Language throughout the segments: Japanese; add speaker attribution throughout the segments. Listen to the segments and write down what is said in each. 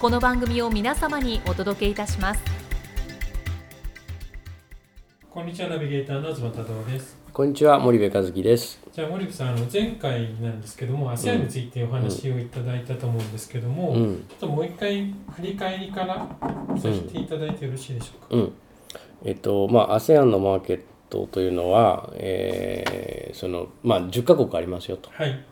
Speaker 1: この番組を皆様にお届けいたします
Speaker 2: こんにちはナビゲーターの妻忠夫です。
Speaker 3: こんにちは森部和樹です。
Speaker 2: じゃあ森部さんあの前回なんですけども ASEAN についてお話をいただいたと思うんですけども、
Speaker 3: うん
Speaker 2: ちょっともう一回振り返りからさせていただいてよろしいでしょうか。
Speaker 3: うん。えっとまあ ASEAN のマーケットというのは、えーそのまあ10カ国ありますよと、
Speaker 2: はい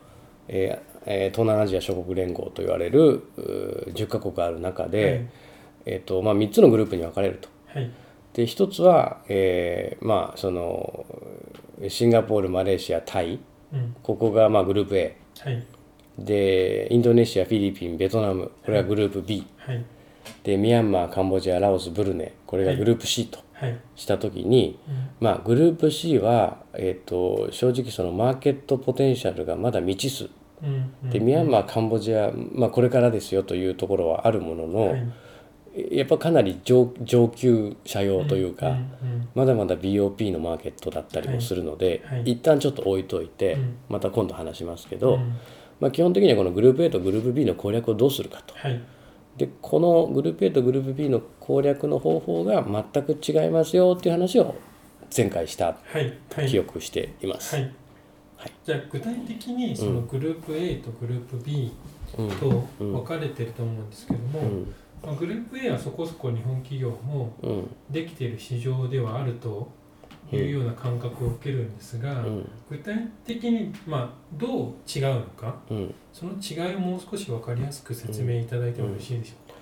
Speaker 3: えーえー東南アジア諸国連合と言われるうー10カ国ある中で、えっとまあ3つのグループに分かれると。
Speaker 2: はい
Speaker 3: で一つは、えーまあそのシンガポールマレーシアタイ
Speaker 2: うん
Speaker 3: ここがまあグループ A
Speaker 2: はい
Speaker 3: でインドネシアフィリピンベトナムこれがグループ B
Speaker 2: はい
Speaker 3: でミャンマーカンボジアラオスブルネこれがグループ C と。
Speaker 2: はい
Speaker 3: した時に、
Speaker 2: うん
Speaker 3: まあ、グループ C は、えっと正直そのマーケットポテンシャルがまだ未知数
Speaker 2: うんうん
Speaker 3: でミャンマーカンボジア、まあ、これからですよというところはあるものの、
Speaker 2: はい
Speaker 3: やっぱかなり上上級者用という
Speaker 2: う
Speaker 3: か、
Speaker 2: んうん
Speaker 3: まだまだ BOP のマーケットだったりもするので、
Speaker 2: はいはい
Speaker 3: 一旦ちょっと置いといて、
Speaker 2: うん
Speaker 3: また今度話しますけど、
Speaker 2: うん
Speaker 3: まあ、基本的にはこのグループ A とグループ B の攻略をどうするかと。
Speaker 2: はい
Speaker 3: でこのグループ A とグループ B の攻略の方法が全く違いますよっていう話を前回した
Speaker 2: はいはい
Speaker 3: 記憶しています。
Speaker 2: はい
Speaker 3: はい
Speaker 2: じゃあ具体的にそのグループ A とグループ B
Speaker 3: うん
Speaker 2: と分かれてると思うんですけども、
Speaker 3: うん
Speaker 2: まあ、グループ A はそこそこ日本企業も
Speaker 3: うん
Speaker 2: できている市場ではあるというような感覚を受けるんですが、
Speaker 3: うん
Speaker 2: 具体的に、まあ、どう違うのか
Speaker 3: うん
Speaker 2: その違いをもう少し分かりやすく説明いただいてもよろしいでしょう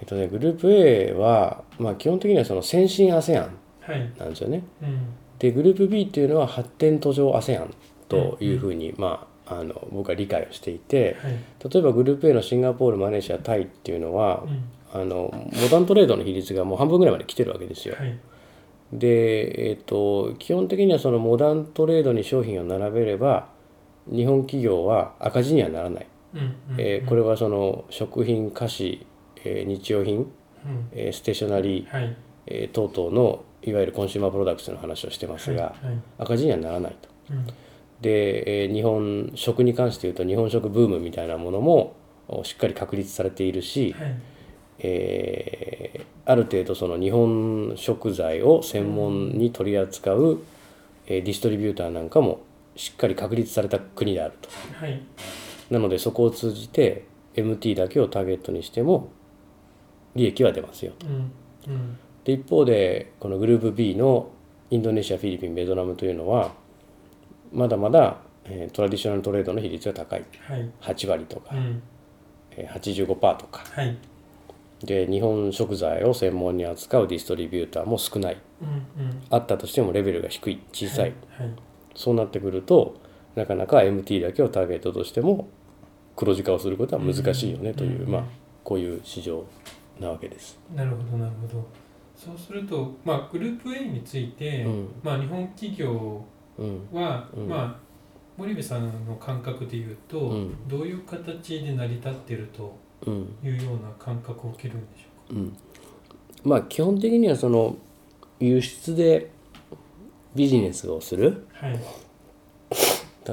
Speaker 3: えっとね、グループ A は、まあ、基本的にはその先進 ASEAN
Speaker 2: か、はい、
Speaker 3: なんですよね。
Speaker 2: うん
Speaker 3: でグループ B っていうのは発展途上 ASEAN というふうに、まあ、あの僕は理解をしていて
Speaker 2: はい
Speaker 3: 例えばグループ A のシンガポールマレーシアタイっていうのは
Speaker 2: うん
Speaker 3: あのモダントレードの比率がもう半分ぐらいまで来てるわけですよ。
Speaker 2: はい
Speaker 3: で、えっと基本的にはそのモダントレードに商品を並べれば日本企業は赤字にはならない。
Speaker 2: うんうん
Speaker 3: えーこれはその食品菓子、えー日用品、
Speaker 2: うん
Speaker 3: えーステーショナリー、
Speaker 2: はい
Speaker 3: えー等々のいわゆるコンシューマープロダクツの話をしてますが、
Speaker 2: はいはい
Speaker 3: 赤字にはならないと
Speaker 2: うん
Speaker 3: で、えー日本食に関して言うと日本食ブームみたいなものもおしっかり確立されているし、
Speaker 2: はい
Speaker 3: えーある程度その日本食材を専門に取り扱う、えーディストリビューターなんかもしっかり確立された国であると。
Speaker 2: はい
Speaker 3: なのでそこを通じて MT だけをターゲットにしても利益は出ますよ。
Speaker 2: うんうん
Speaker 3: で一方でこのグループ B のインドネシアフィリピンベトナムというのはまだまだ、えートラディショナルトレードの比率が高い
Speaker 2: はい
Speaker 3: 8割とか、
Speaker 2: うん
Speaker 3: えー85%とか
Speaker 2: はい
Speaker 3: で日本食材を専門に扱うディストリビューターも少ない
Speaker 2: うんうん
Speaker 3: あったとしてもレベルが低い小さい、
Speaker 2: はい
Speaker 3: そうなってくるとなかなか MT だけをターゲットとしても黒字化をすることは難しいよねという、
Speaker 2: うん
Speaker 3: まあ、こういう市場なわけです。
Speaker 2: なるほどなるほどそうすると、まあ、グループ A について、
Speaker 3: うん
Speaker 2: まあ、日本企業
Speaker 3: うん
Speaker 2: は、
Speaker 3: うん
Speaker 2: まあ、森部さんの感覚で言うと、
Speaker 3: うん
Speaker 2: どういう形で成り立っていると
Speaker 3: うん
Speaker 2: いうような感覚を受けるんでしょう
Speaker 3: うん、まあ基本的にはその輸出でビジネスをする
Speaker 2: か。はい、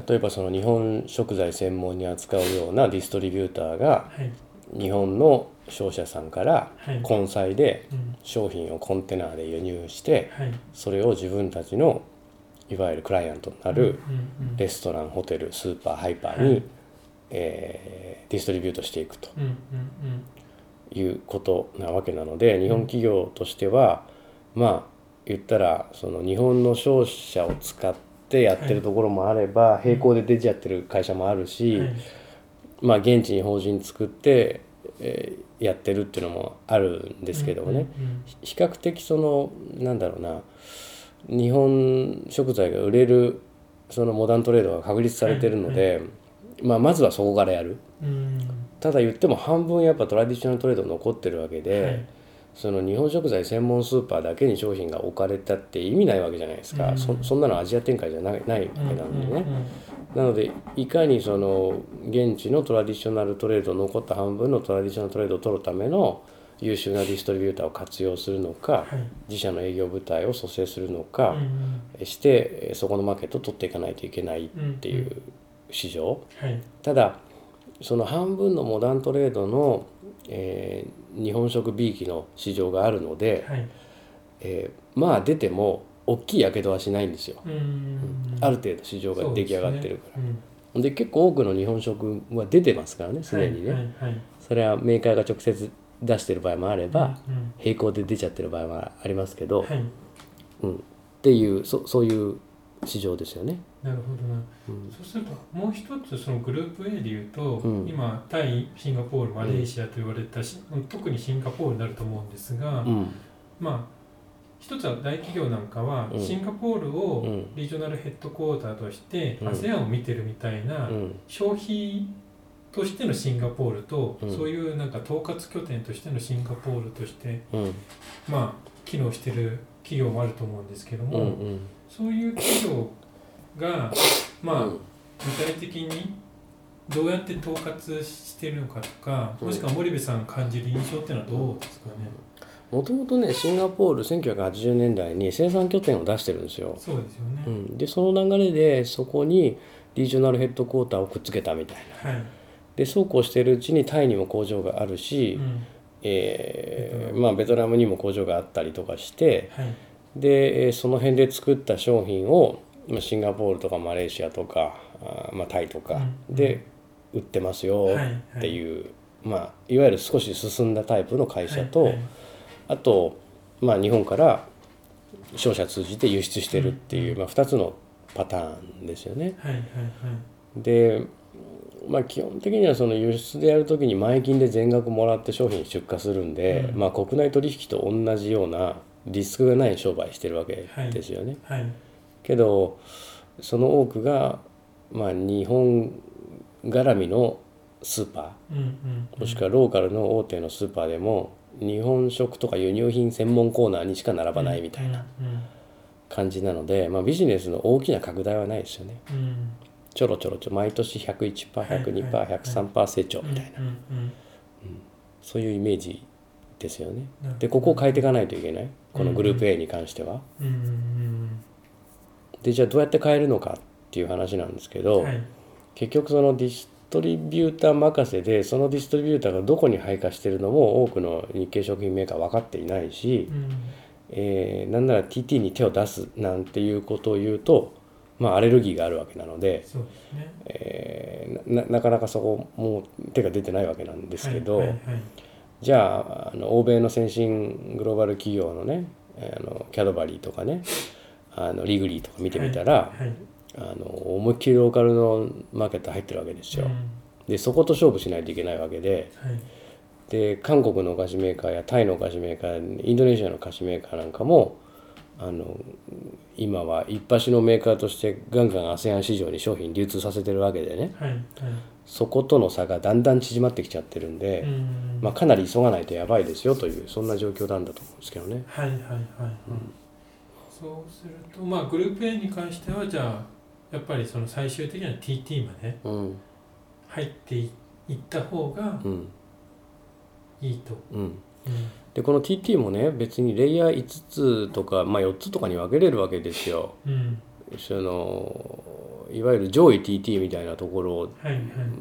Speaker 3: 例えばその日本食材専門に扱うようなディストリビューター
Speaker 2: は
Speaker 3: が
Speaker 2: い、
Speaker 3: 日本の商社さんから
Speaker 2: はい、
Speaker 3: 根菜で
Speaker 2: うん、
Speaker 3: 商品をコンテナで輸入して
Speaker 2: はい、
Speaker 3: それを自分たちのいわゆるクライアントになる
Speaker 2: うん、うん、
Speaker 3: レストランホテルスーパーハイパー
Speaker 2: は
Speaker 3: に
Speaker 2: い、
Speaker 3: えーディストリビュートしていくと
Speaker 2: うん、うん、
Speaker 3: いうことなわけなので日本企業としてはまあ言ったらその日本の商社を使ってやってるところもあれば並行で出ちゃってる会社もあるし、
Speaker 2: はい
Speaker 3: まあ、現地に法人作って、えーやってるっていうのもあるんですけどもね、
Speaker 2: うんうん
Speaker 3: 比較的そのなんだろうな日本食材が売れるそのモダントレードが確立されてるので、まあ、まずはそこからやる
Speaker 2: うん
Speaker 3: ただ言っても半分やっぱトラディショナルトレード残ってるわけで、
Speaker 2: はい
Speaker 3: その日本食材専門スーパーだけに商品が置かれたって意味ないわけじゃないですか、
Speaker 2: うん
Speaker 3: そそんなのアジア展開じゃないないわけ
Speaker 2: うん
Speaker 3: なんでね、
Speaker 2: うん
Speaker 3: なのでいかにその現地のトラディショナルトレード残った半分のトラディショナルトレードを取るための優秀なディストリビューターを活用するのか
Speaker 2: はい
Speaker 3: 自社の営業部隊を蘇生するのか
Speaker 2: うんうん
Speaker 3: してえそこのマーケットを取っていかないといけないってい
Speaker 2: ん
Speaker 3: う市場
Speaker 2: はい
Speaker 3: ただその半分のモダントレードの、えー日本食 B 期の市場があるので、
Speaker 2: はい
Speaker 3: えーまあ出ても大きいやけどはしないんですよ、
Speaker 2: うん
Speaker 3: ある程度市場が出来上がってるから。
Speaker 2: そうですね
Speaker 3: で結構多くの日本食は出てますからねすでにね、
Speaker 2: うんはいはいはい
Speaker 3: それはメーカーが直接出してる場合もあれば、
Speaker 2: うん
Speaker 3: 並行で出ちゃってる場合もありますけど、
Speaker 2: はい
Speaker 3: うん、っていうそそういう市場ですよね。
Speaker 2: なるほどな
Speaker 3: うん
Speaker 2: そうするともう一つそのグループ A でいうと、
Speaker 3: うん
Speaker 2: 今タイシンガポールマレーシアと言われたし、特にシンガポールになると思うんですが、
Speaker 3: うん
Speaker 2: まあ一つは大企業なんかは、
Speaker 3: うん
Speaker 2: シンガポール
Speaker 3: う
Speaker 2: を
Speaker 3: ん
Speaker 2: リージョナルヘッドクォーターとして、
Speaker 3: うん
Speaker 2: ASEAN を見てるみたいな、
Speaker 3: うん
Speaker 2: 消費としてのシンガポールと、
Speaker 3: うん
Speaker 2: そういうなんか統括拠点としてのシンガポールとして
Speaker 3: うん
Speaker 2: まあ機能してる企業もあると思うんですけど
Speaker 3: う
Speaker 2: も、
Speaker 3: んうん
Speaker 2: そういう企業がまあ、具体的にどうやって統括してるのかとか、
Speaker 3: うん
Speaker 2: もしくは森部さんが感じる印象っていうのはどうですかね、
Speaker 3: もともとねシンガポール1980年代に生産拠点を出してるんですよ。
Speaker 2: そうですよね、
Speaker 3: うん、でその流れでそこにリージョナルヘッドクォーターをくっつけたみたいな。
Speaker 2: はい、
Speaker 3: でそうこうしてるうちにタイにも工場があるし、
Speaker 2: うん、
Speaker 3: えーまあ、ベトナムにも工場があったりとかして
Speaker 2: はい
Speaker 3: でえーその辺で作った商品をまあシンガポールとかマレーシアとかあー、まあ、タイとか
Speaker 2: うん
Speaker 3: で売ってますよ
Speaker 2: はいはい
Speaker 3: っていう、まあ、いわゆる少し進んだタイプの会社と、
Speaker 2: はいはい
Speaker 3: あと、まあ、日本から商社通じて輸出してるっていう、まあ、2つのパターンですよね。
Speaker 2: はいはい
Speaker 3: で、まあ、基本的にはその輸出でやるときに前金で全額もらって商品出荷するんで、
Speaker 2: うん
Speaker 3: まあ、国内取引と同じようなリスクがない商売してるわけですよね。
Speaker 2: はいはい
Speaker 3: けどその多くが、まあ、日本絡みのスーパ
Speaker 2: うんうん
Speaker 3: ーもしくはローカルの大手のスーパーでも日本食とか輸入品専門コーナーにしか並ばないみたいな感じなので、まあ、ビジネスの大きな拡大はないですよね。
Speaker 2: うんうん
Speaker 3: ちょろちょろちょろ毎年101%、102%、
Speaker 2: はいはいはい
Speaker 3: 103%成長みたいな、
Speaker 2: うんうん
Speaker 3: そういうイメージですよね。
Speaker 2: うん
Speaker 3: でここを変えていかないといけないこのグループ A に関しては。
Speaker 2: うんうん
Speaker 3: でじゃあどうやって変えるのかっていう話なんですけ
Speaker 2: う
Speaker 3: ど、
Speaker 2: んはい
Speaker 3: 結局そのディストリビューター任せでそのディストリビューターがどこに配下してるのも多くの日系食品メーカー分かっていないし
Speaker 2: う、ん
Speaker 3: えーなんなら TT に手を出すなんていうことを言うと、まあ、アレルギーがあるわけなので。
Speaker 2: そうですね
Speaker 3: えーななかなかそこもう手が出てないわけなんですけど、
Speaker 2: はいはい
Speaker 3: じゃああの欧米の先進グローバル企業のねあのキャドバリーとかねあのリグリーとか見てみたら、
Speaker 2: はいはい
Speaker 3: あの思いっきりローカルのマーケット入ってるわけですよ。
Speaker 2: うん
Speaker 3: でそこと勝負しないといけないわけで
Speaker 2: はい
Speaker 3: で韓国のお菓子メーカーやタイのお菓子メーカーインドネシアのお菓子メーカーなんかもあの今は一発のメーカーとしてガンガン ASEAN 市場に商品流通させてるわけでね
Speaker 2: はい
Speaker 3: そことの差がだんだん縮まってきちゃってるん
Speaker 2: はい
Speaker 3: で、
Speaker 2: うん
Speaker 3: まあ、かなり急がないとやばいですよというそんな状況なんだと思うんですけどね。
Speaker 2: はいはいはいはい、そうするとまあグループ A に関してはじゃあやっぱりその最終的には TT まで
Speaker 3: うん
Speaker 2: 入っていった方が
Speaker 3: うん
Speaker 2: いいと、
Speaker 3: うん、
Speaker 2: うん
Speaker 3: でこの TT もね別にレイヤー5つとか、まあ、4つとかに分けれるわけですよ。
Speaker 2: うん、
Speaker 3: そのいわゆる上位 TT みたいなところ
Speaker 2: はいは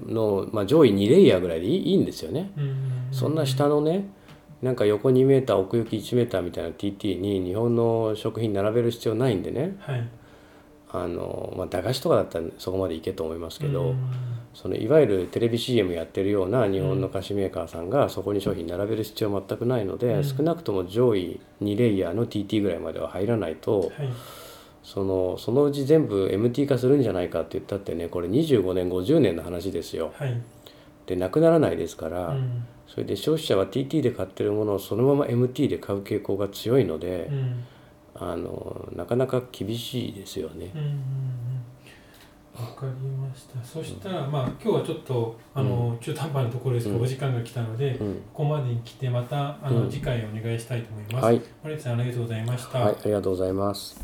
Speaker 2: い、
Speaker 3: の、まあ、上位2レイヤーぐらいでいいいいんですよね。
Speaker 2: うん、
Speaker 3: そんな下のねなんか横2メーター奥行き1メーターみたいな TT に日本の食品並べる必要ないんでね
Speaker 2: はい
Speaker 3: あの、まあ、駄菓子とかだったらそこまでいけと思いますけ
Speaker 2: う
Speaker 3: ど、
Speaker 2: ん
Speaker 3: そのいわゆるテレビ CM やってるような日本の菓子メーカーさんがそこに商品並べる必要は全くないので、
Speaker 2: うん
Speaker 3: 少なくとも上位2レイヤーの TT ぐらいまでは入らないと
Speaker 2: はい
Speaker 3: そのそのうち全部 MT 化するんじゃないかって言ったってねこれ25年50年の話ですよ。
Speaker 2: はい
Speaker 3: でなくならないですか
Speaker 2: う
Speaker 3: ら、
Speaker 2: ん
Speaker 3: それで消費者は TT で買ってるものをそのまま MT で買う傾向が強いので
Speaker 2: う、ん
Speaker 3: あのなかなか厳しいですよね。
Speaker 2: うんうんうんわかりましたそしたらまあ今日はちょっとあの中途半端なところですけど
Speaker 3: うん
Speaker 2: お時間が来たので
Speaker 3: うん、
Speaker 2: ここまでに来てまたあの
Speaker 3: うん
Speaker 2: 次回お願いしたいと思います
Speaker 3: はい、
Speaker 2: 森内さんありがとうございました
Speaker 3: はい、ありがとうございます。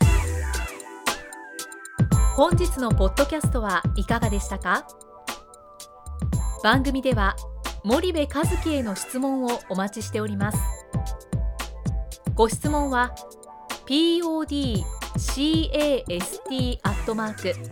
Speaker 1: 本日のポッドキャストはいかがでしたか番組では森部和樹への質問をお待ちしておりますご質問は podcast アットマーク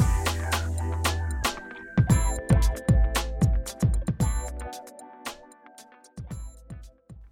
Speaker 1: う